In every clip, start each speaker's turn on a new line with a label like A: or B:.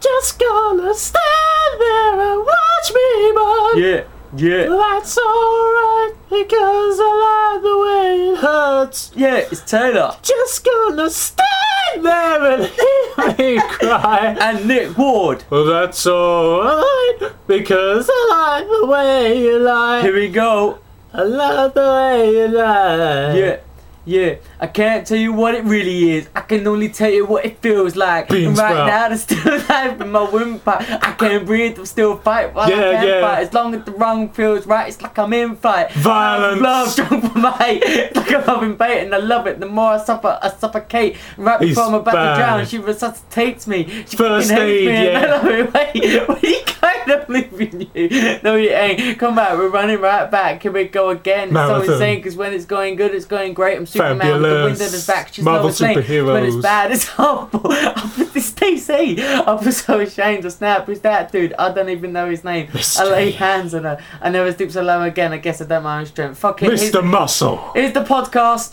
A: just gonna stand there and watch me burn.
B: Yeah, yeah,
A: That's alright because I like the way it hurts.
B: yeah. It's Taylor
A: Just gonna stand there and hear me cry.
B: and Nick Ward.
A: Well, that's alright because I like the way you
B: Here
A: lie.
B: we go.
A: I love the way you lie.
B: Yeah, yeah. I can't tell you what it really is. I can only tell you what it feels like.
A: Bean
B: And right
A: sprout.
B: now, there's still life in my windpipe. I can't breathe. I'm still fight. While I
A: Yeah,
B: can't
A: yeah.
B: fight. As long as the wrong feels right, it's like I'm in flight.
A: Violence.
B: Love strong for my hate. It's like I'm in bait, and I love it. The more I suffer, I suffocate. And Right
A: He's
B: before I'm about
A: bad.
B: to drown, she resuscitates me. She
A: First
B: fucking hates
A: aid,
B: me, and I
A: yeah.
B: love it. Wait, what are you kind of leaving you? No, you ain't. Come back. We're running right back. Can we go again? It's
A: Marathon.
B: so insane because when it's going good, it's going great. I'm Superman with the
A: Fabulous.
B: wind at his back. She's
A: Marvel
B: Marvel superheroes. But it's
A: superheroes.
B: bad. It's horrible. I was this DC. I feel so ashamed. I snap. Who's that dude? I don't even know his name.
A: Mr.
B: I lay hands on her. I never stoop so low again. I guess I don't my own strength. Fuck it. Here's,
A: Mr. Muscle.
B: here's the podcast.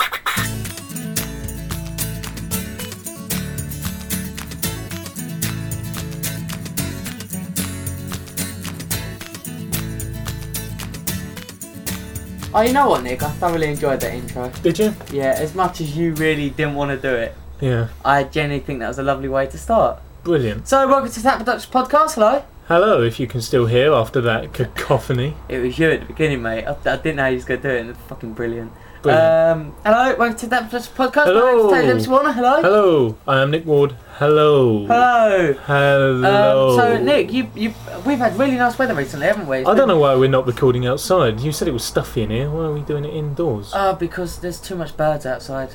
B: Oh, you know what, Nick? I thoroughly enjoyed that intro.
A: Did you?
B: Yeah, as much as you really didn't want to do it,
A: Yeah.
B: I genuinely think that was a lovely way to start.
A: Brilliant.
B: So, welcome to Snap Productions Podcast. Hello.
A: Hello, if you can still hear after that cacophony.
B: It was you at the beginning, mate. I, I didn't know you was going to do it, and it's fucking brilliant.
A: Brilliant.
B: Um, hello, welcome to Snap Productions Podcast.
A: Hello.
B: My name's Taylor Warner. Hello.
A: Hello, I am Nick Ward. Hello.
B: Hello.
A: Hello.
B: Um, so, Nick, you, you, we've had really nice weather recently, haven't we? It's
A: I
B: been-
A: don't know why we're not recording outside. You said it was stuffy in here. Why are we doing it indoors?
B: Oh, because there's too much birds outside.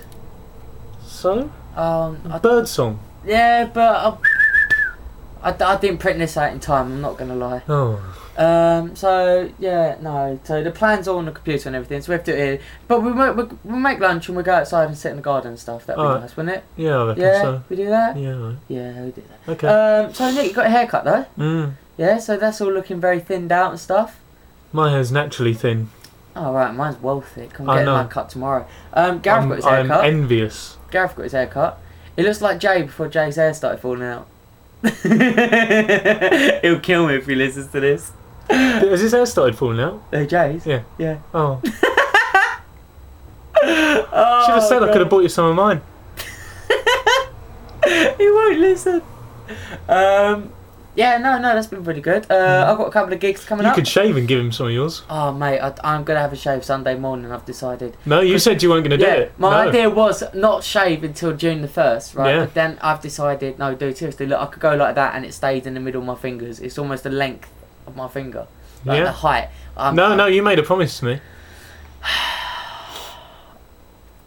A: so?
B: Um, I,
A: Bird song.
B: yeah, but I, I, I didn't print this out in time. I'm not gonna lie.
A: Oh.
B: Um, so yeah, no. So the plan's all on the computer and everything, so we have to do it here. But we make, we, we make lunch and we go outside and sit in the garden and stuff. That'd be
A: Alright.
B: nice, wouldn't it?
A: Yeah, I reckon
B: Yeah,
A: so.
B: we do that.
A: Yeah, right.
B: Yeah, we do that.
A: Okay.
B: Um, so Nick, you got a haircut though.
A: mm.
B: Yeah, so that's all looking very thinned out and stuff.
A: My hair's naturally thin. Oh,
B: oh, right, mine's well thick. I'm
A: I
B: getting
A: know.
B: my cut tomorrow. Um, Gareth
A: I'm,
B: got his
A: I'm
B: haircut.
A: envious.
B: Gareth got his haircut. He looks like Jay before Jay's hair started falling out. He'll kill me if he listens to this.
A: Has his hair started falling out?
B: Hey, Jay's.
A: Yeah.
B: Yeah.
A: Oh. Should
B: Oh,
A: have said I could have bought you some of mine.
B: he won't listen. Um, yeah, no, no, that's been pretty good. Uh, I've got a couple of gigs coming
A: Hmm. You
B: up.
A: could shave and give him some of yours.
B: oh, mate, I, I'm gonna have a shave Sunday morning. I've decided.
A: No, you said you weren't going to
B: yeah,
A: do it.
B: my
A: no.
B: idea was not shave until June the first, right?
A: Yeah.
B: But then I've decided no, do it seriously. Look, I could go like that, and it stayed in the middle of my fingers. It's almost the length of my finger, like
A: Yeah.
B: the height. Um,
A: No, no, you made a promise to me.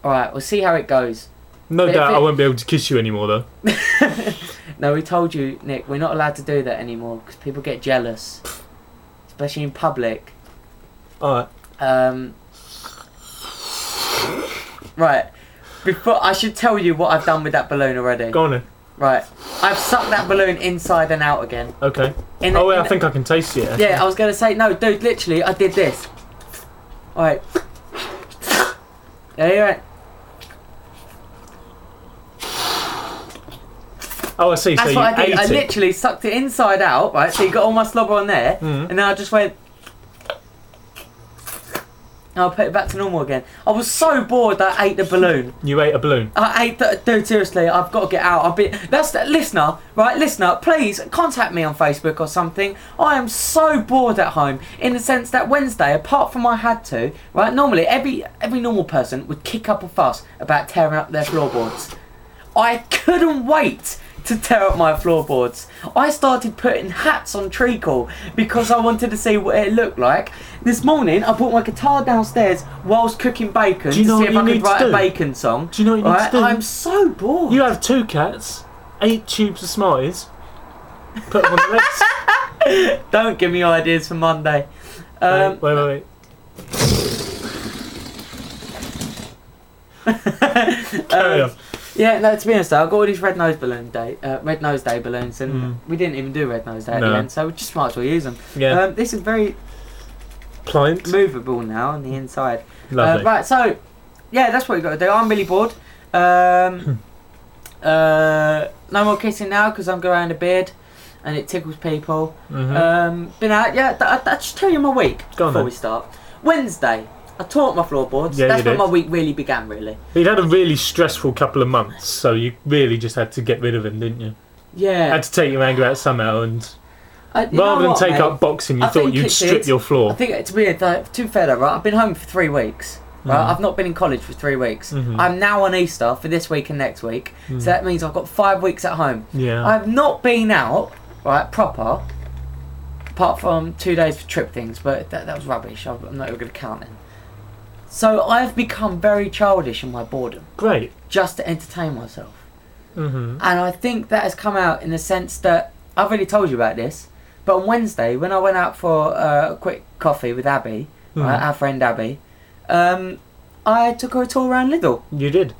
B: All right, we'll see how it goes.
A: No
B: But if
A: doubt I
B: it-
A: won't be able to kiss you anymore, though.
B: No, we told you, Nick, we're not allowed to do that anymore because people get jealous, especially in public.
A: Alright.
B: Um, right. Before I should tell you what I've done with that balloon already.
A: Go on then.
B: Right. I've sucked that balloon inside and out again.
A: Okay.
B: In
A: Oh, wait,
B: in
A: I think I can taste it. actually.
B: Yeah, I was gonna say no, dude. Literally, I did this. All right. Yeah, you're right.
A: Oh, I see.
B: That's
A: so
B: what
A: you
B: I did.
A: ate
B: I
A: it.
B: literally sucked it inside out. Right. So you got all my slobber on there,
A: Mhm.
B: and then I just went. And I put it back to normal again. I was so bored that I ate the balloon.
A: You ate a balloon.
B: I hate that, dude. Seriously, I've got to get out. I've been. That's the listener, right? Listener, please contact me on Facebook or something. I am so bored at home. In the sense that Wednesday, apart from I had to, right? Normally, every every normal person would kick up a fuss about tearing up their floorboards. I couldn't wait to tear up my floorboards. I started putting hats on treacle because I wanted to see what it looked like. This morning, I brought my guitar downstairs whilst cooking bacon
A: Do you know
B: to
A: what
B: see if
A: you
B: I could
A: need to
B: write a
A: do?
B: bacon song.
A: Do you know what you need
B: Right,
A: to do?
B: I'm so bored.
A: You have two cats, eight tubes of Smarties. Put them on the legs.
B: Don't give me ideas for Monday. Um,
A: wait, wait, wait.
B: uh,
A: Carry on.
B: um, yeah, no. To be honest, though, I got all these red nose balloon day, uh, red nose day balloons, and
A: Mm.
B: we didn't even do red nose day at
A: No.
B: the end, so we just might as well use them.
A: Yeah.
B: Um, this is very
A: Pliant.
B: movable now on the inside. Uh,
A: Lovely.
B: right, so yeah, that's what you got to do. I'm really bored.
A: Hmm.
B: Um, uh, no more kissing now because I'm growing a beard. and it tickles people.
A: Mhm.
B: Um, been out, yeah. Th- I, I just tell you my week
A: Go on
B: before
A: then.
B: we start. Wednesday, I taught my floorboards.
A: Yeah,
B: That's
A: you
B: when
A: did.
B: my week really began. Really,
A: You'd had a really stressful couple of months, so you really just had to get rid of him, didn't you?
B: yeah.
A: Had to take your anger out somehow, and
B: I- you know
A: rather than
B: what,
A: take
B: mate?
A: up boxing, you
B: I
A: thought
B: think
A: you'd
B: it
A: strip
B: did.
A: your
B: I
A: floor.
B: think it's weird. Though, to be fair, though, right? I've been home for three weeks. Right,
A: Mhm.
B: I've not been in college for three weeks.
A: Mhm.
B: I'm now on Easter for this week and next week,
A: Mm-hmm.
B: so that means I've got five weeks at home.
A: Yeah.
B: I've not been out, right, proper, apart from two days for trip things, but that, that was rubbish. I'm I'm not even going to count them. So I've become very childish in my boredom,
A: Great.
B: just to entertain myself.
A: hmm
B: And I think that has come out in the sense that I've already told you about this, but on Wednesday, when I went out for uh, a quick coffee with Abby,
A: Mhm.
B: right, our friend Abby, um, I took her a tour around Lidl
A: You did.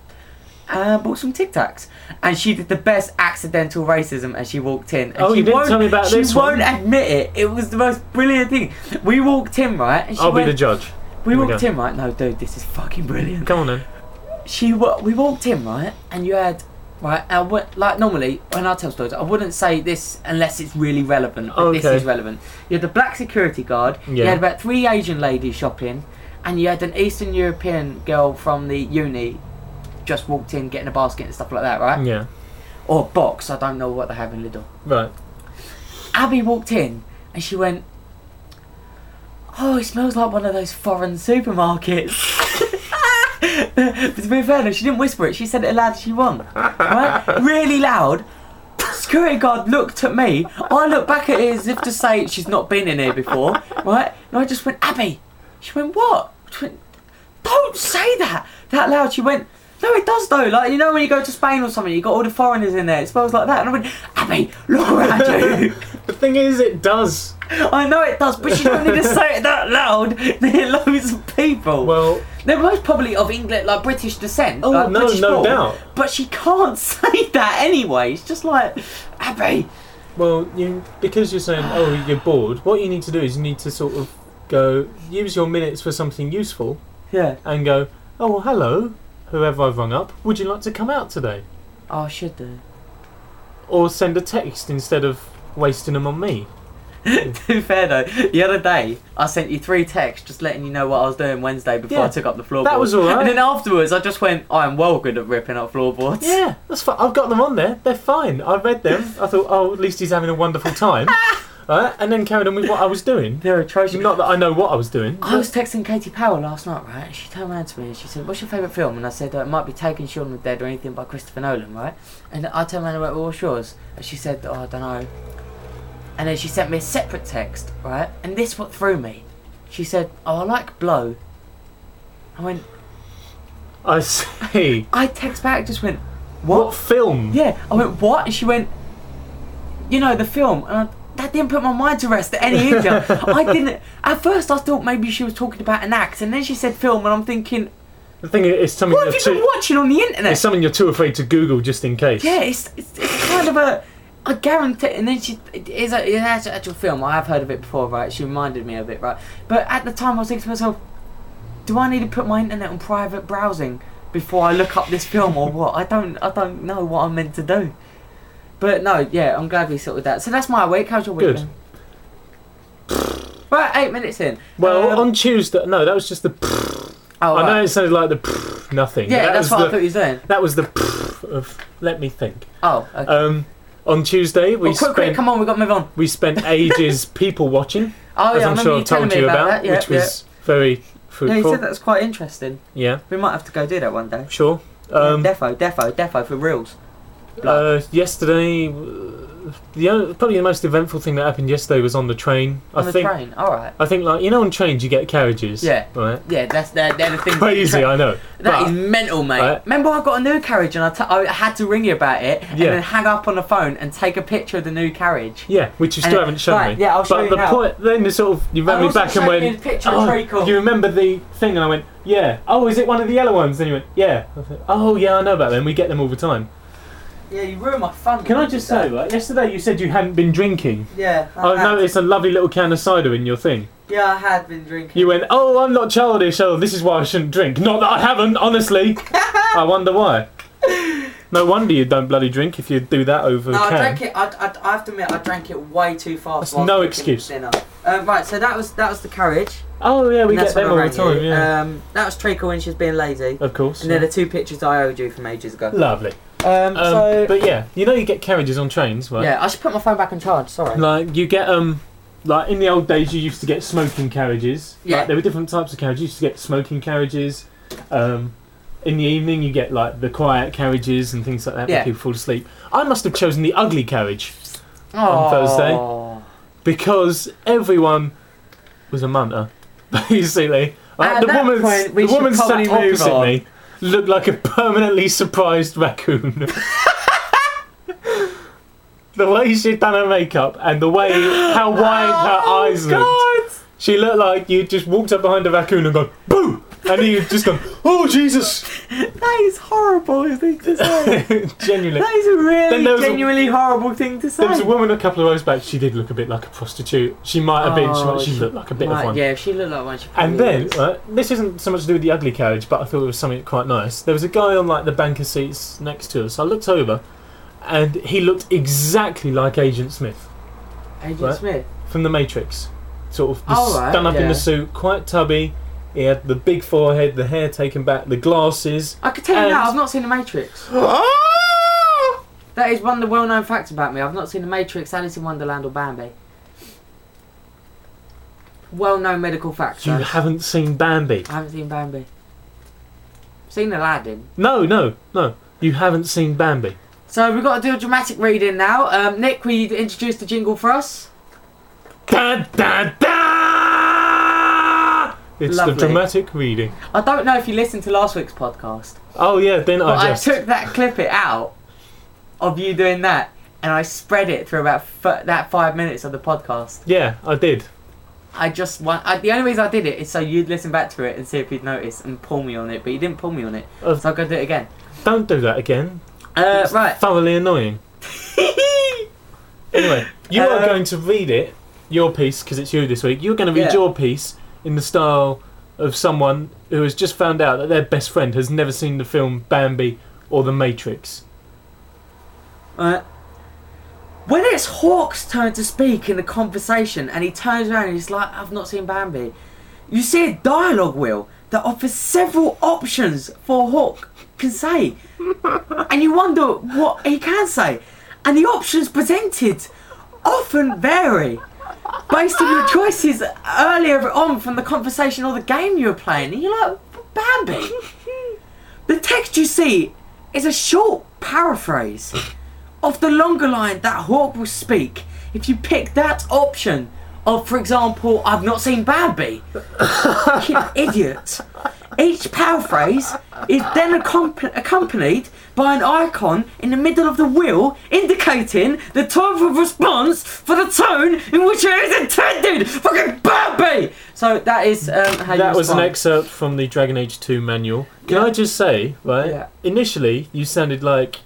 B: uh, bought some Tic Tacs, and she did the best accidental racism as she walked in. And
A: Oh,
B: she
A: you didn't
B: won't-
A: tell me about
B: she
A: this
B: won't
A: one.
B: admit it. It was the most brilliant thing. We walked in right. And she
A: I'll
B: went,
A: be the judge.
B: we
A: Here we
B: walked
A: go.
B: in right. No, dude, this is fucking brilliant.
A: Come on then.
B: She wa- we walked in right, and you had. Right, I w- like normally when I tell stories, I wouldn't say this unless it's really relevant. But this
A: Okay.
B: is relevant. You had the black security guard. You
A: Yeah.
B: had about three Asian ladies shopping, and you had an Eastern European girl from the uni just walked in getting a basket and stuff like that. Right
A: Yeah.
B: or box. I don't know what they have in Lidl.
A: Right.
B: Abby walked in and she went, "Oh, it smells like one of those foreign supermarkets." but to be fair, though, she didn't whisper it. She said it aloud. as She won, right? Really loud. Security guard looked at me. I looked back at it as if to say she's not been in here before, right? And I just went, Abby. She went, what? She went, don't say that that loud. She went, no, it does though. Like you know when you go to Spain or something, you got all the foreigners in there. It smells like that. And I went, Abby, look around you.
A: The thing is, it does.
B: I know it does, but you don't need to say it that loud. There are loads of people.
A: Well, uh,
B: They're most probably of England, like British descent. Oh,
A: no- no doubt.
B: But she can't say that anyway. It's just like, Abby.
A: well, you because you're saying, oh, you're bored. What you need to do is you need to sort of go use your minutes for something useful,
B: Yeah.
A: and go, oh, well, hello, whoever I've rung up. Would you like to come out today?
B: Oh, I should do.
A: Or send a text instead of wasting them on me.
B: to be fair though, the other day I sent you three texts just letting you know what I was doing Wednesday before I
A: Yeah.
B: took up the floorboards.
A: That was all right.
B: And then afterwards I just went, I am well good at ripping up floorboards.
A: Yeah, that's fine. I've got them on there. They're fine. I read them. I thought, oh, at least he's having a wonderful time. Right? And then carried on with what I was doing.
B: They're atrocious.
A: Not that I know what I was doing.
B: I was texting Katie Powell last night, right? And she turned around to me and she said, What's your favourite film? And I said, oh, It might be Taken, Shaun of the Dead, or anything by Christopher Nolan, right? And I turned around and went, well, What's yours? And she said, Oh, I don't know. And then she sent me a separate text, right? And this what threw me. She said, Oh, I like Blow. I went,
A: I see.
B: I text back, just went,
A: What,
B: What?
A: film?
B: Yeah. I went, What? And she went, You know, the film. And I, that didn't put my mind to rest at any either. I didn't. At first, I thought maybe she was talking about an act, and then she said film, and I'm thinking,
A: The thing is, it's something,
B: What
A: you're
B: have you been
A: too,
B: watching on the internet?
A: it's something you're too afraid to Google just in case.
B: yeah, it's, it's, it's kind of a. I guarantee. And then she. It is a, it has an actual film. I have heard of it before, right? She reminded me of it, right? But at the time, I was thinking to myself, do I need to put my internet on private browsing before I look up this film or what? I don't. I don't know what I'm meant to do. But no, yeah, I'm glad we sorted that. So that's my week. How's your week?
A: Good.
B: Then? Right, eight minutes in.
A: Well,
B: Um,
A: on Tuesday, no, that was just the.
B: oh,
A: I know
B: right.
A: it sounded like the nothing. but
B: Yeah,
A: that was
B: that's what
A: the,
B: I thought you were doing.
A: That was the of. Let me think.
B: Oh, okay.
A: Um, on Tuesday we
B: Well, Oh, quick,
A: spent
B: quick, come on, we've got to move on.
A: we spent ages people watching, as
B: Oh, yeah, I
A: I'm
B: remember
A: sure
B: you
A: I've
B: telling
A: told
B: me
A: you
B: about,
A: about,
B: that. Yeah,
A: which
B: yeah.
A: was very
B: yeah, you
A: fruitful.
B: said that was quite interesting.
A: yeah.
B: We might have to go do that one day.
A: Sure. Um,
B: defo, defo, defo for reals.
A: uh, yesterday, uh, the o- probably the most eventful thing that happened yesterday was on the train.
B: On
A: I
B: the
A: think
B: train. All right.
A: I think like you know on trains you get carriages.
B: Yeah.
A: Right.
B: Yeah, that's they're, they're the things. that you
A: Crazy,
B: tra-
A: I know.
B: That
A: but
B: is mental, mate.
A: Right.
B: Remember, I got a new carriage and I, t- I had to ring you about it and
A: Yeah.
B: then hang up on the phone and take a picture of the new carriage.
A: yeah, which you
B: And
A: still
B: it-
A: haven't shown
B: right,
A: me.
B: yeah, I'll show
A: but
B: you
A: the
B: now.
A: point then you sort of you
B: I
A: ran me
B: also
A: back
B: showed
A: and
B: you
A: went.
B: the picture
A: Oh,
B: of Treacle."
A: do you remember the thing? And I went, yeah. Oh, is it one of the yellow ones? And you went, yeah. I said, oh, yeah, I know about them. We get them all the time.
B: Yeah, you ruined my fun.
A: Can I just Oh, say, right? Yesterday you said you hadn't been drinking.
B: Yeah.
A: I've noticed a lovely little can of cider in your thing.
B: Yeah, I had been drinking.
A: You went, oh, I'm not childish. Oh, this is why I shouldn't drink. Not that I haven't, honestly. I wonder why. No wonder you don't bloody drink if you do that over a
B: No, I
A: can.
B: drank it. I, I, I have to admit, I drank it way too
A: That's
B: fast. whilst
A: no
B: cooking
A: excuse.
B: Dinner. Uh, right, so that was that was the carriage.
A: Oh yeah, we
B: and
A: get
B: that's
A: them all
B: what I
A: the
B: rang
A: time.
B: you.
A: Yeah,
B: Um, that was Trico when she was being lazy.
A: of course.
B: And they're the two pictures I owed you from ages ago.
A: Lovely. Um,
B: Um, so
A: but yeah, you know you get carriages on trains, right?
B: yeah, I should put my phone back on charge. Sorry.
A: Like you get um, like in the old days you used to get smoking carriages. Like,
B: Yeah.
A: there were different types of carriages. You used to get smoking carriages. Um, in the evening you get like the quiet carriages and things like that
B: Yeah.
A: when people fall asleep. I must have chosen the ugly carriage
B: oh.
A: Thursday. because everyone was a munter, basically. Like,
B: At
A: the
B: that
A: woman,
B: point, we
A: the
B: should
A: woman
B: call
A: standing
B: that
A: next to
B: Oprah.
A: me looked like a permanently surprised raccoon. the way she'd done her makeup and the way how wide
B: Oh,
A: her eyes looked, she looked like you just walked up behind a raccoon and gone boo, and he would just gone oh Jesus,
B: That is horrible thing to say.
A: genuinely.
B: that is a
A: Then
B: really
A: there was a-
B: genuinely horrible thing to say.
A: There was a woman a couple of rows back. She did look a bit like a prostitute. She might have been. She,
B: Oh,
A: might- she
B: she
A: looked like a bit
B: right,
A: of one.
B: Yeah, if she looked like one. She probably
A: And then,
B: was.
A: right, this isn't so much to do with the ugly carriage, but I thought it was something quite nice. There was a guy on like the banker seats next to us. I looked over, and he looked exactly like Agent Smith
B: Agent
A: right.
B: Smith.
A: from The Matrix. Sort of
B: Oh, right,
A: done up in
B: yeah.
A: the suit, quite tubby. He had the big forehead, the hair taken back, the glasses.
B: I could tell
A: And-
B: you now, I've not seen The Matrix. That is one of the well-known facts about me. I've not seen The Matrix, Alice in Wonderland, or Bambi. Well-known medical facts.
A: You
B: though.
A: haven't seen Bambi?
B: I haven't seen Bambi. Seen Aladdin.
A: No, no, no. You haven't seen Bambi.
B: So we've got to do a dramatic reading now. Um, Nick, will you introduce the jingle for us?
A: Da da da! It's
B: Lovely.
A: the dramatic reading.
B: I don't know if you listened to last week's podcast,
A: Oh yeah, then
B: but
A: I
B: I
A: just.
B: took that clip it out of you doing that, and I spread it through about f- that five minutes of the podcast.
A: Yeah, I did.
B: I just want. I, the only reason I did it is so you'd listen back to it and see if you'd notice and pull me on it, but you didn't pull me on it,
A: Uh,
B: so I'll go do it again.
A: Don't do that again.
B: Uh,
A: It's
B: right.
A: Thoroughly annoying. Anyway, you
B: Uh,
A: are going to read it, your piece, because it's you this week. You're going to read
B: Yeah.
A: your piece in the style of someone who has just found out that their best friend has never seen the film Bambi or The Matrix.
B: Alright. When it's Hawk's turn to speak in the conversation and he turns around and he's like, I've not seen Bambi. You see a dialogue wheel that offers several options for Hawk can say. and you wonder what he can say. And the options presented often vary based on your choices earlier on from the conversation or the game you were playing. And you're like, Bambi. the text you see is a short paraphrase of the longer line that Hawk will speak if you pick that option of, for example, I've not seen Bambi. Fucking idiot. Each paraphrase is then accomp- accompanied by an icon in the middle of the wheel indicating the type of response for the tone in which it is intended. Fucking Bambi! So that is um, how you
A: that was an
B: respond.
A: excerpt from the Dragon Age 2 manual. Can I just say, right?
B: Yeah.
A: Initially, you sounded like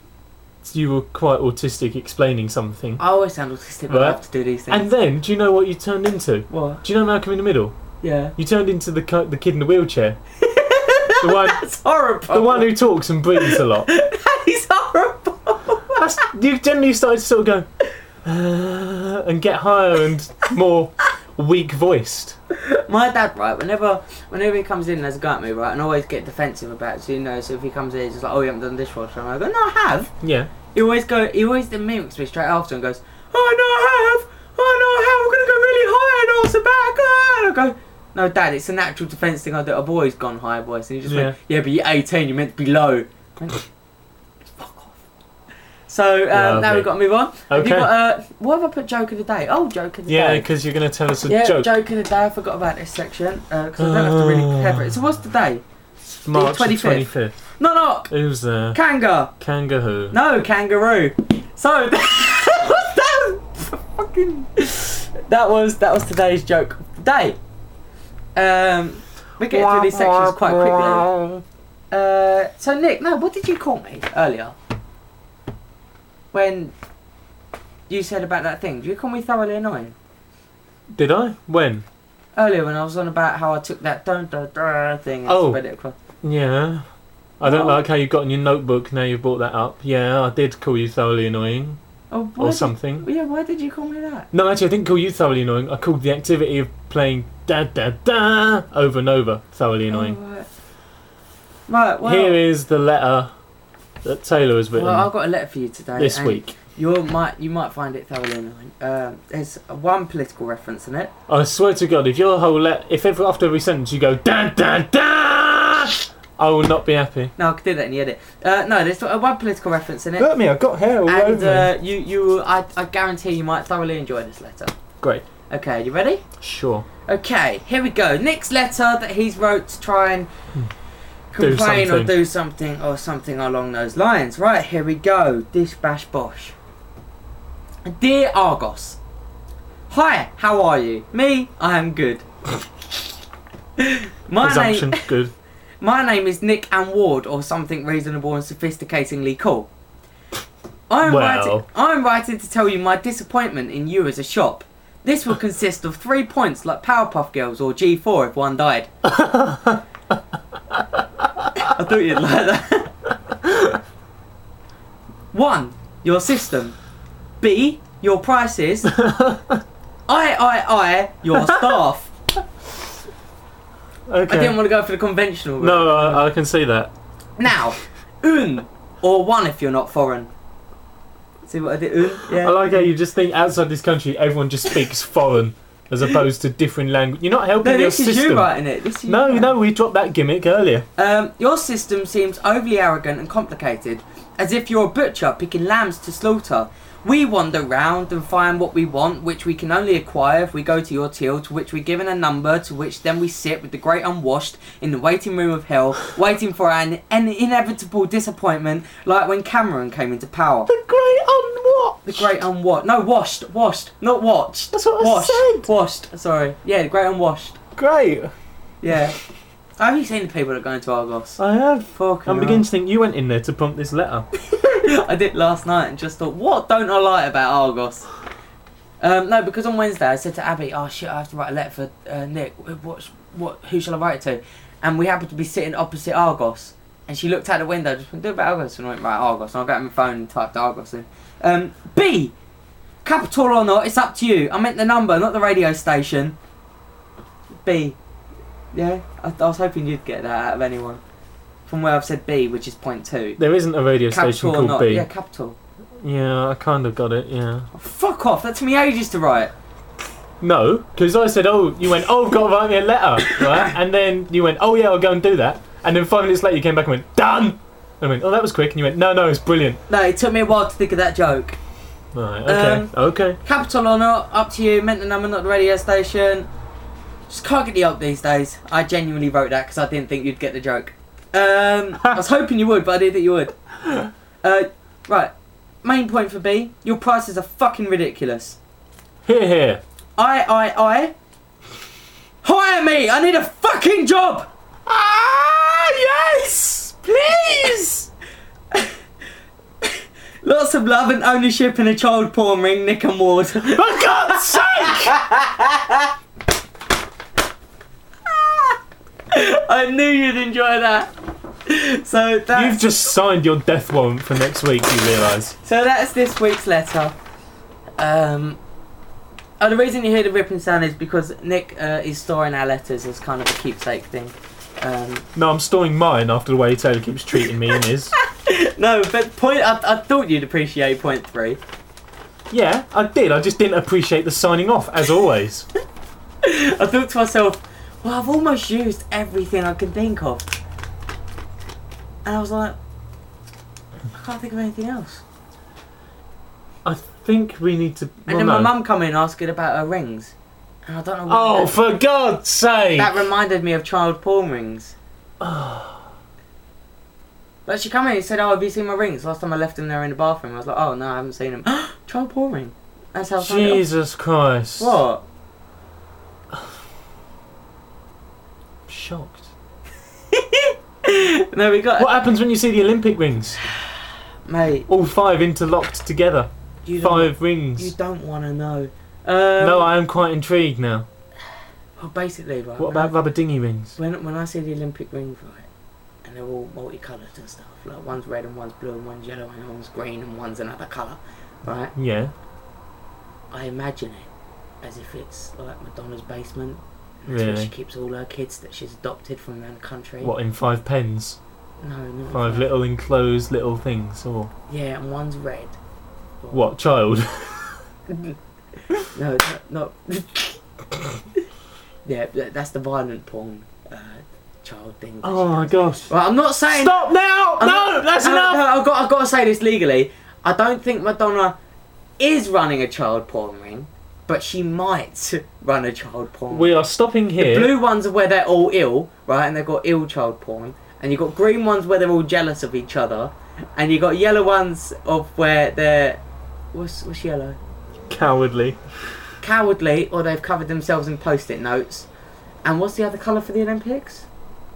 A: you were quite autistic explaining something.
B: I always sound autistic when I
A: Right.
B: have to do these things.
A: And then, do you know what you turned into?
B: what?
A: Do you know Malcolm in the Middle?
B: Yeah.
A: You turned into the co- the kid in the wheelchair. the one
B: That's horrible.
A: the one who talks and breathes a lot.
B: that is horrible.
A: That's, you generally started to sort of go "Uh," and get higher and more weak voiced.
B: My dad, right, whenever whenever he comes in and has a go at me, right, and I always get defensive about it, so you know, so if he comes in, he's just like, oh, you haven't done dishwasher, and I go, no, I have.
A: Yeah.
B: He always go, he always then mimics me straight after and goes, oh, no, I have, oh, no, I have, we're gonna go really high and also back, ah," and I go, no, dad, it's a natural defence thing I do. I've always gone high voice, and he just went, yeah, but you're 18, you're meant to be low. I went, Fuck off. So um, now
A: Lovely.
B: we've got to move on. Have you
A: Okay.
B: got, uh, what have I put joke of the day? Oh, joke of the
A: Yeah,
B: day.
A: because you're going to tell us a
B: yeah,
A: joke. Ah.
B: of the day. I forgot about this section because I don't have to really prepare for it. So what's the day?
A: March the
B: 25th.
A: 25th.
B: No, knock.
A: Who's there?
B: Kanga.
A: Kangaroo.
B: No, kangaroo. So that was fucking. That was that was today's joke of the day. Um, we get through these sections quite quickly. Uh, so Nick, no, what did you call me earlier? When you said about that thing, did you call me thoroughly annoying?
A: Did I? When?
B: Earlier when I was on about how I took that dun dun dun thing and
A: Oh.
B: spread it across.
A: Yeah. I don't
B: Oh.
A: like how you've got in your notebook now you've brought that up. Yeah, I did call you thoroughly annoying
B: Oh, why
A: or
B: did-
A: something.
B: Yeah, why did you call me that?
A: No, actually, I didn't call you thoroughly annoying. I called the activity of playing da da da over and over thoroughly annoying.
B: Oh, right. Right, well,
A: Here is the letter that Taylor has written
B: well, I've got a letter for you today.
A: this
B: and
A: week.
B: You might you might find it thoroughly annoying. Um, there's one political reference in it.
A: I swear to God, if your whole let, if ever after every sentence you go da da da, I will not be happy.
B: No, I could do that in the edit. Uh, no, there's uh, one political reference in it.
A: Look at me, I've got hair all
B: And
A: over. me.
B: uh, you, you, I, I guarantee you might thoroughly enjoy this letter.
A: Great,
B: Okay, you ready?
A: sure.
B: Okay, here we go. Nick's letter that he's wrote to try and
A: Hmm. Do
B: complain or
A: something.
B: do something or something along those lines. Right, here we go. Dish bash bosh. Dear Argos, Hi, how are you? Me, I am good. My name,
A: Presumption, good.
B: my name is Nick and Ward, or something reasonable and sophisticatingly cool. I'm,
A: Well.
B: writing, I'm writing to tell you my disappointment in you as a shop. This will consist of three points like Powerpuff Girls or G4 if one died. I thought you'd like that. One, your system. B, your prices. I, I, I, your staff.
A: Okay.
B: I didn't want to go for the conventional route.
A: no, I, I can see that.
B: Now, un or one if you're not foreign. See what I did? Un, yeah.
A: I like how you just think outside this country, everyone just speaks foreign as opposed to different language. You're not helping
B: no,
A: your
B: this is
A: system.
B: you writing it. This is
A: No,
B: you
A: no, we dropped that gimmick earlier.
B: Um, your system seems overly arrogant and complicated, as if you're a butcher picking lambs to slaughter. We wander round and find what we want, which we can only acquire if we go to your till, to which we're given a number, to which then we sit with the great unwashed in the waiting room of hell, waiting for an, an inevitable disappointment, like when Cameron came into power.
A: The great unwatched.
B: The Great Unwashed. No, washed, washed, not watched.
A: That's what I
B: washed,
A: said.
B: Washed. Sorry. Yeah, the Great Unwashed.
A: Great.
B: Yeah. Have you seen the people that go into Argos?
A: I have.
B: Fucking
A: I'm
B: hell.
A: beginning to think you went in there to pump this letter.
B: I did last night and just thought, what don't I like about Argos? Um, no, because on Wednesday I said to Abby, oh shit, I have to write a letter for uh, Nick. Wh- What, sh- what, who shall I write it to? And we happened to be sitting opposite Argos. And she looked out the window, just went, do it about Argos. And I went, right, Argos. And I got out my phone and typed Argos in. Um, B, capital or not, it's up to you. I meant the number, not the radio station. B. Yeah, I, I was hoping you'd get that out of anyone. From where I've said B, which is point two.
A: There isn't a radio station
B: Capital or
A: called
B: not?
A: B.
B: Yeah, capital. Oh,
A: Yeah, I kind of got it, yeah.
B: Fuck off, that took me ages to write.
A: No, because I said, oh, you went, oh, I've got to write me a letter, right? And then you went, oh, yeah, I'll go and do that. And then five minutes later, you came back and went, done! And I went, oh, that was quick. And you went, no, no, it's brilliant.
B: No, it took me a while to think of that joke.
A: Right, okay,
B: Um,
A: okay.
B: Capital or not, up to you, meant the number, not the radio station. Just can't get the up these days. I genuinely wrote that because I didn't think you'd get the joke. Um, I was hoping you would, but I didn't think you would. Uh, right, main point for B your prices are fucking ridiculous.
A: Here, here.
B: I, I, I. Hire me! I need a fucking job!
A: Ah, yes! Please!
B: Lots of love and ownership and a child porn ring, Nick and Ward.
A: For God's sake!
B: I knew you'd enjoy that. So that's
A: You've just signed your death warrant for next week, you realise.
B: so that's this week's letter. Um, oh, the reason you hear the ripping sound is because Nick uh, is storing our letters as kind of a keepsake thing. Um,
A: No, I'm storing mine after the way Taylor keeps treating me in his.
B: no, but point. I, I thought you'd appreciate point three.
A: Yeah, I did. I just didn't appreciate the signing off, as always.
B: I thought to myself, well, I've almost used everything I can think of, and I was like, I can't think of anything else.
A: I think we need to.
B: And
A: well,
B: then
A: no.
B: my mum come in asking about her rings, and I don't know. what-
A: Oh, for God's sake!
B: That reminded me of child porn rings. but she came in and said, "Oh, have you seen my rings? Last time I left them, they were in the bathroom." I was like, "Oh no, I haven't seen them." child porn ring. That's how. I found it.
A: Jesus Christ!
B: What?
A: Shocked.
B: No, we got
A: What happens when you see the Olympic rings?
B: mate.
A: All five interlocked together.
B: You don't,
A: Five rings.
B: You don't want to know. Um,
A: no, I am quite intrigued now.
B: Well, basically, right.
A: What
B: when I-
A: about rubber dinghy rings?
B: when when I see the Olympic rings, right, and they're all multicoloured and stuff. Like one's red and one's blue and one's yellow and one's green and one's another colour, right?
A: Yeah.
B: I imagine it as if it's like Madonna's basement. And that's where
A: Really?
B: she keeps all her kids that she's adopted from around the country.
A: What in five pens?
B: No, not
A: Five little enclosed little things, or
B: Yeah, and one's red. Or-
A: what? Child.
B: No, no. no. yeah, th- that's the violent porn uh, child thing. that
A: Oh
B: she
A: my
B: does.
A: gosh.
B: Well, I'm not saying.
A: Stop now!
B: I'm
A: no,
B: not-
A: that's
B: no,
A: enough.
B: No, I've got, I've got to say this legally. I don't think Madonna is running a child porn ring, but she might run a child porn.
A: We are stopping here.
B: Blue ones are where they're all ill, right, and they've got ill child porn. And you've got green ones where they're all jealous of each other. And you got yellow ones of where they're. What's, what's yellow?
A: Cowardly.
B: Cowardly, or they've covered themselves in post it notes. And what's the other colour for the Olympics?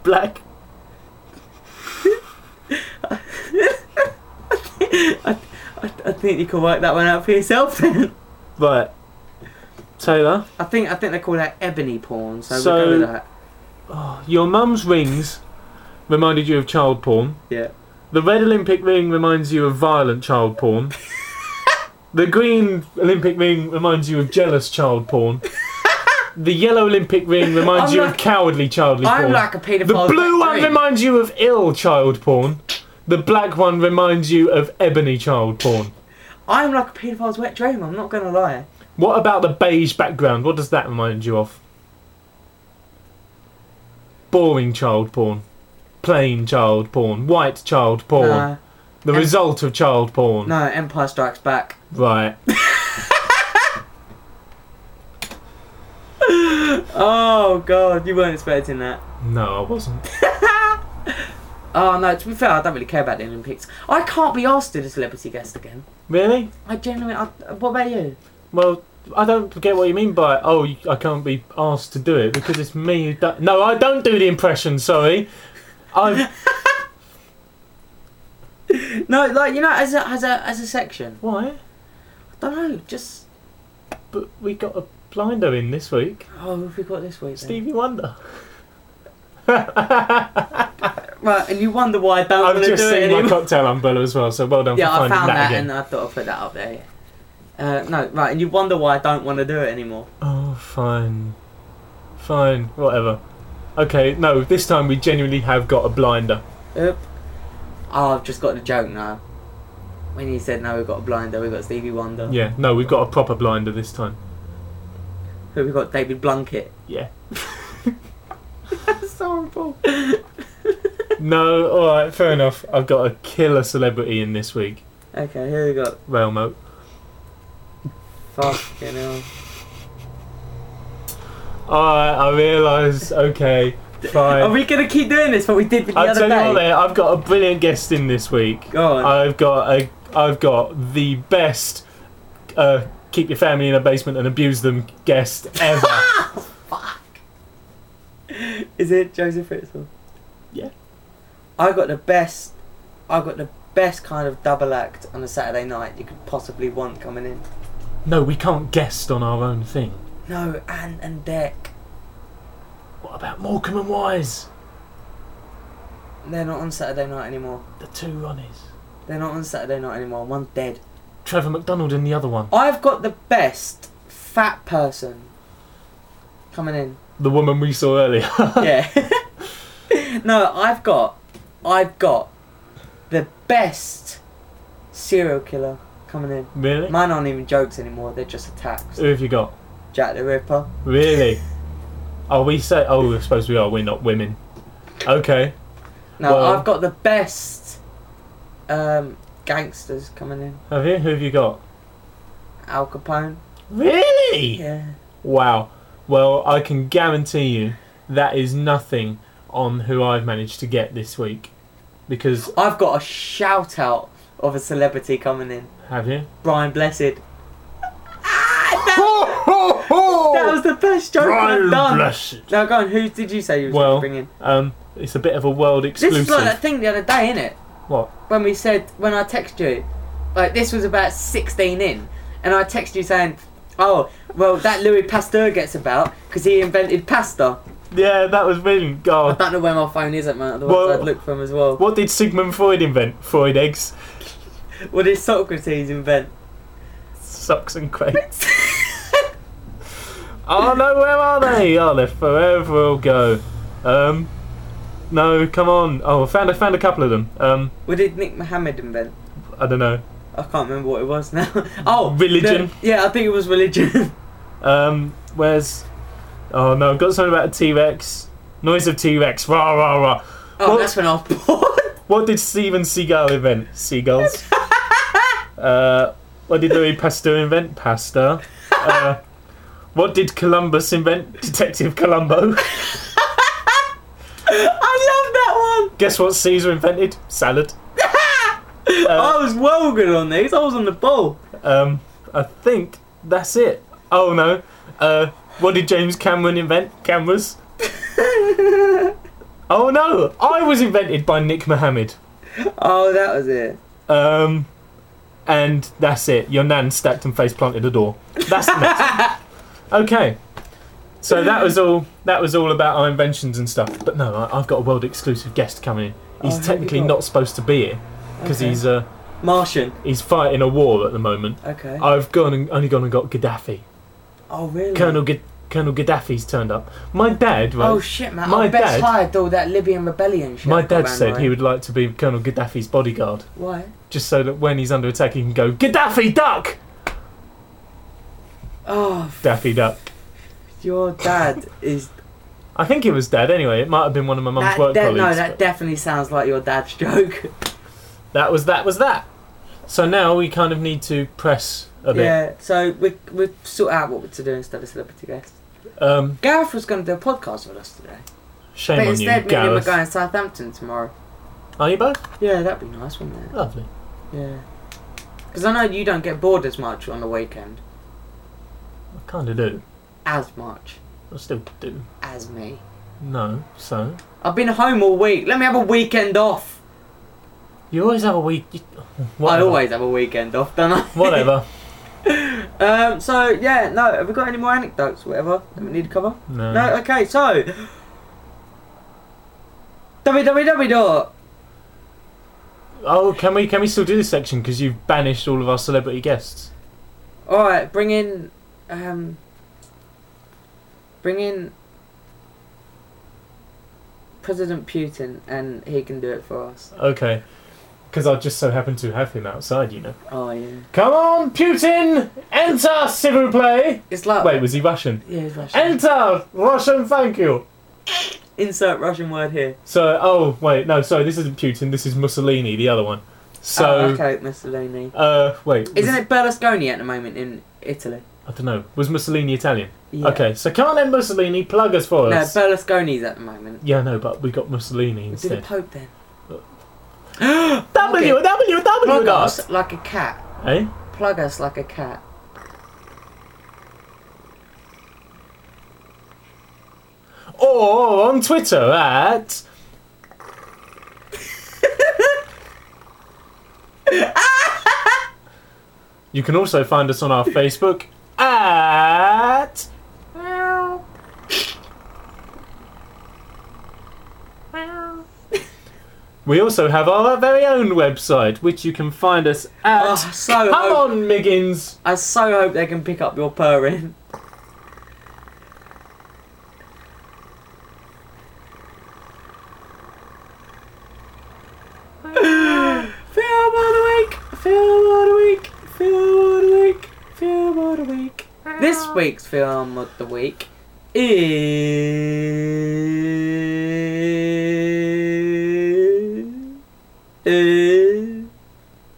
A: Black.
B: I, I think you can work that one out for yourself then.
A: Right. Taylor,
B: I think I think they call that ebony porn, so,
A: So-
B: we'll go with that.
A: oh, your mum's rings reminded you of child porn.
B: Yeah.
A: The red Olympic ring reminds you of violent child porn. the green Olympic ring reminds you of jealous child porn. The yellow Olympic ring reminds
B: I'm
A: you
B: like-
A: of cowardly childly
B: I'm
A: porn.
B: like a paedophile.
A: the blue
B: with
A: one
B: green.
A: reminds you of ill child porn. The black one reminds you of ebony child porn.
B: I'm like a paedophile's wet dream, I'm not gonna lie.
A: What about the beige background? What does that remind you of? Boring child porn. Plain child porn. White child porn.
B: No,
A: the
B: em-
A: result of child porn.
B: no, Empire Strikes Back.
A: Right.
B: Oh god, you weren't expecting that.
A: No, I wasn't.
B: Oh no, to be fair, I don't really care about the Olympics. I can't be asked to do the celebrity guest again.
A: Really?
B: I genuinely. I, what about you?
A: Well, I don't get what you mean by oh, you- I can't be asked to do it because it's me who do No, I don't do the impression. Sorry. I
B: No, like you know, as a as a as a section.
A: why?
B: I don't know. Just
A: But we got a blinder in this week.
B: oh, what have we got this week? Then?
A: Stevie Wonder.
B: Right, and you wonder why I don't
A: I've
B: want to
A: just
B: do it
A: seen my
B: anymore.
A: cocktail umbrella as well. So well done
B: yeah,
A: for
B: I
A: finding
B: found
A: that,
B: that,
A: again.
B: and I thought I'd put that up there. Uh, no, right, and you wonder why I don't want to do it anymore.
A: Oh, fine. Fine. Whatever. Okay, no, this time we genuinely have got a blinder.
B: Oop. Oh, I've just got the joke now. When you said no, we've got a blinder, we've got Stevie Wonder.
A: Yeah, no, we've got a proper blinder this time.
B: Who we got David Blunkett.
A: Yeah.
B: That's so horrible.
A: No, alright, fair enough. I've got a killer celebrity in this week.
B: Okay, here we got
A: Railmo.
B: fucking hell.
A: Alright, I realise, okay, fine.
B: Are we gonna keep doing this? What we did with the
A: I'll
B: other
A: tell you what
B: day.
A: there, I've got a brilliant guest in this week.
B: Go on.
A: I've got a I've got the best uh, keep your family in a basement and abuse them guest ever.
B: Is it Joseph Fritzl?
A: Uh, Yeah.
B: I got the best. I got the best kind of double act on a Saturday night you could possibly want coming in.
A: no, we can't guest on our own thing.
B: No, Anne and Deck.
A: What about Morecambe and Wise?
B: They're not on Saturday night anymore.
A: The two Ronnies.
B: They're not on Saturday night anymore. One's dead.
A: Trevor McDonald and the other one.
B: I've got the best fat person coming in.
A: The woman we saw earlier.
B: yeah. no, I've got, I've got the best serial killer coming in.
A: really?
B: Mine aren't even jokes anymore. They're just attacks.
A: Who have you got?
B: Jack the Ripper.
A: Really? Are we say? Oh, I suppose we are. We're not women. Okay.
B: No,
A: Well-
B: I've got the best um, gangsters coming in.
A: Have you? Who have you got?
B: Al Capone.
A: Really?
B: Yeah.
A: Wow. Well, I can guarantee you that is nothing on who I've managed to get this week. Because,
B: I've got a shout out of a celebrity coming in.
A: have you?
B: Brian Blessed.
A: Ho, ho, ho!
B: That was the best joke
A: Oh.
B: I've
A: Brian
B: done.
A: Blessed.
B: Now go on. Who did you say you was going
A: Well,
B: to bring in?
A: um, it's a bit of a world
B: This
A: exclusive.
B: is like that thing the other day, innit?
A: What?
B: When we said when I texted you, like this was about 16 in, and I texted you saying, "Oh, well that Louis Pasteur gets about because he invented pasta."
A: Yeah, that was brilliant.
B: I
A: God.
B: don't know where my phone is at the moment. Otherwise,
A: Well-
B: I'd look for them as well. What,
A: What did Sigmund Freud invent? Freud eggs,
B: did Socrates invent?
A: socks, and crates. oh no, where are they? Oh, they're forever ago. Um, no, come on. Oh, I found I found a couple of them. Um,
B: What did Nick Mohammed invent?
A: I don't know.
B: I can't remember what it was now. oh,
A: Religion.
B: the- yeah, I think it was religion.
A: Um, where's? Oh no, I've got something about a T Rex. Noise of T Rex. Rah rah rah.
B: oh,
A: Well-
B: that's when I was born.
A: What did Steven Seagal invent? Seagulls. uh, what did Louis Pasteur invent? Pasta. Uh, what did Columbus invent? Detective Columbo.
B: I love that one.
A: Guess what Caesar invented? Salad. Uh,
B: I was well good on these. I was on the ball.
A: Um, I think that's it. Oh no. Uh, what did James Cameron invent? Cameras. oh no! I was invented by Nick Mohammed.
B: Oh, that was it.
A: Um, and that's it. Your nan stacked and face planted a door. That's the next. okay. So that was all. That was all about our inventions and stuff. But no, I, I've got a world exclusive guest coming in.
B: Oh,
A: He's
B: who
A: technically
B: you got?
A: not supposed to be here because
B: Okay.
A: he's uh,
B: Martian.
A: he's fighting a war at the moment.
B: Okay.
A: I've gone and only gone and got Gaddafi.
B: oh, really?
A: Colonel G- Colonel Gaddafi's turned up. My dad, right?
B: Oh shit, man!
A: My
B: I best
A: dad-
B: hired all that Libyan rebellion shit.
A: my
B: that got
A: dad
B: ran
A: said
B: around.
A: he would like to be Colonel Gaddafi's bodyguard,
B: Why?
A: just so that when he's under attack, he can go Gaddafi duck,
B: Oh, f-
A: Daffy duck.
B: your dad is.
A: I think it was dad anyway. It might have been one of my mum's
B: that,
A: work
B: that-
A: colleagues.
B: no,
A: but
B: that definitely sounds like your dad's joke.
A: that was that was that. So now we kind of need to press a bit.
B: Yeah, so we we sort out what we're to do instead of celebrity guest.
A: Um,
B: Gareth was going to do a podcast with us today,
A: shame
B: but
A: on
B: instead
A: you,
B: me and him are
A: Gareth.
B: going to Southampton tomorrow.
A: Are you both?
B: Yeah, that'd be nice, wouldn't it?
A: Lovely.
B: Yeah, because I know you don't get bored as much on the weekend
A: I kind of do.
B: as much
A: I still do.
B: as me.
A: No. So
B: I've been home all week. Let me have a weekend off.
A: you always have a week. You,
B: I
A: whatever.
B: always have a weekend off, don't I?
A: Whatever.
B: um. So yeah, no. Have we got any more anecdotes? or Whatever that we need to cover.
A: No.
B: No, okay, so www dot
A: Oh, can we can we still do this section? Because you've banished all of our celebrity guests.
B: all right, bring in um bring in President Putin and he can do it for us.
A: Okay. Because I just so happen to have him outside, you know.
B: Oh yeah.
A: Come on, Putin! Enter, s'il vous plaît!
B: It's like
A: Wait, was he Russian?
B: yeah, it's Russian.
A: Enter! Russian, thank you!
B: Insert Russian word here.
A: So, oh, wait, no, sorry, this isn't Putin, this is Mussolini, the other one. So,
B: oh, okay, Mussolini.
A: uh, wait. was-
B: Isn't it Berlusconi at the moment in Italy?
A: I don't know. Was Mussolini Italian?
B: Yeah.
A: Okay, so can't then Mussolini plug us for
B: No,
A: us?
B: Berlusconi's at the moment.
A: yeah, no, but we got Mussolini
B: Do the
A: instead.
B: Pope then?
A: W, W, W,
B: Plug
A: guys!
B: us like a cat.
A: Eh?
B: plug us like a cat.
A: Or on Twitter at. you can also find us on our Facebook at. We also have our very own website, which you can find us at.
B: Oh, so
A: Come
B: hope,
A: on, Miggins!
B: I so hope they can pick up your purring. Film of the week! Film of the week! Film of the week! Film of the week! This week's film of the week is. is.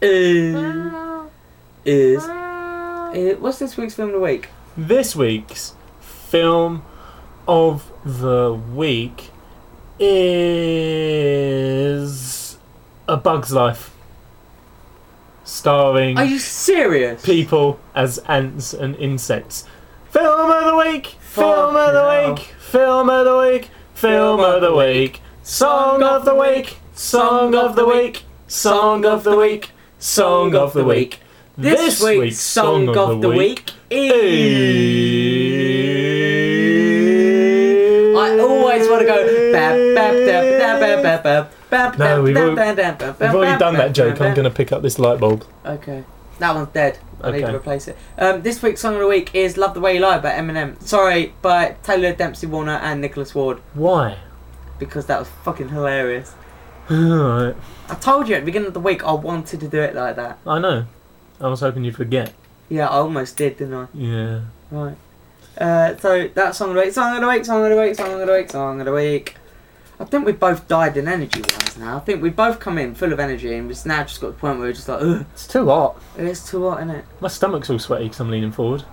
B: is. is. Uh, what's this week's film of the week?
A: This week's film of the week is A Bug's Life, starring
B: Are you serious?
A: people as ants and insects. Film of the week, film of
B: Fucking
A: the
B: hell.
A: week, film of the week, film of the week, song of the week, song of the week, song of the week, song of the week.
B: This, week's, song, of, the week, is. I always to go. bap, bap, dap, dap, bap, bap, bap, bap,
A: No,
B: dap,
A: we've
B: dap,
A: al-
B: dap, dap, bap,
A: We've
B: bap,
A: already
B: bap,
A: done
B: bap,
A: that joke.
B: bap,
A: I'm
B: bap.
A: going to pick up this light bulb.
B: Okay, that one's dead. I need
A: Okay.
B: to replace it. Um, this week's song of the week is "Love the Way You Lie" by Eminem. Sorry, by Taylor Dempsey Warner and Nicholas Ward
A: Why?
B: because that was fucking hilarious.
A: Alright.
B: I told you at the beginning of the week I wanted to do it like that.
A: I know. I was hoping you'd forget.
B: Yeah, I almost did, didn't I?
A: Yeah.
B: Right. Uh, so that song of the week, song of the week, song of the week, song of the week, song of the week. I think we both died in energy wise now. I think we both come in full of energy and it's now just got to the point where we're just like, ugh,
A: It's too hot.
B: it is too hot, innit?
A: My stomach's all sweaty because I'm leaning forward.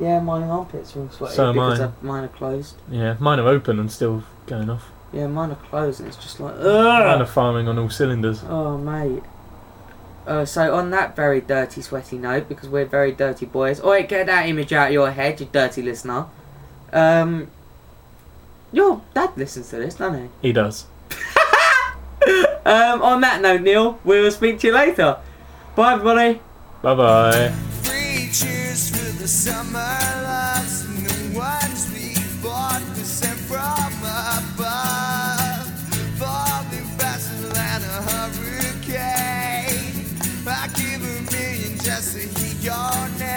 B: Yeah, my armpits are all sweaty
A: So am
B: because
A: mine.
B: I- mine are closed.
A: Yeah, mine are open and still going off.
B: Yeah, mine are closed and it's just like,
A: Mine are
B: ugh.
A: firing on all cylinders.
B: Oh, mate. Uh, so on that very dirty, sweaty note, because we're very dirty boys. Oi, get that image out of your head, you dirty listener. Um, your dad listens to this, doesn't he?
A: He does.
B: Um, on that note, Neil, we will speak to you later. Bye, everybody.
A: Bye bye.
C: Three cheers for the summer loves and the ones we bought were sent from above. Falling faster than a hurricane. I give a million just to hear your name.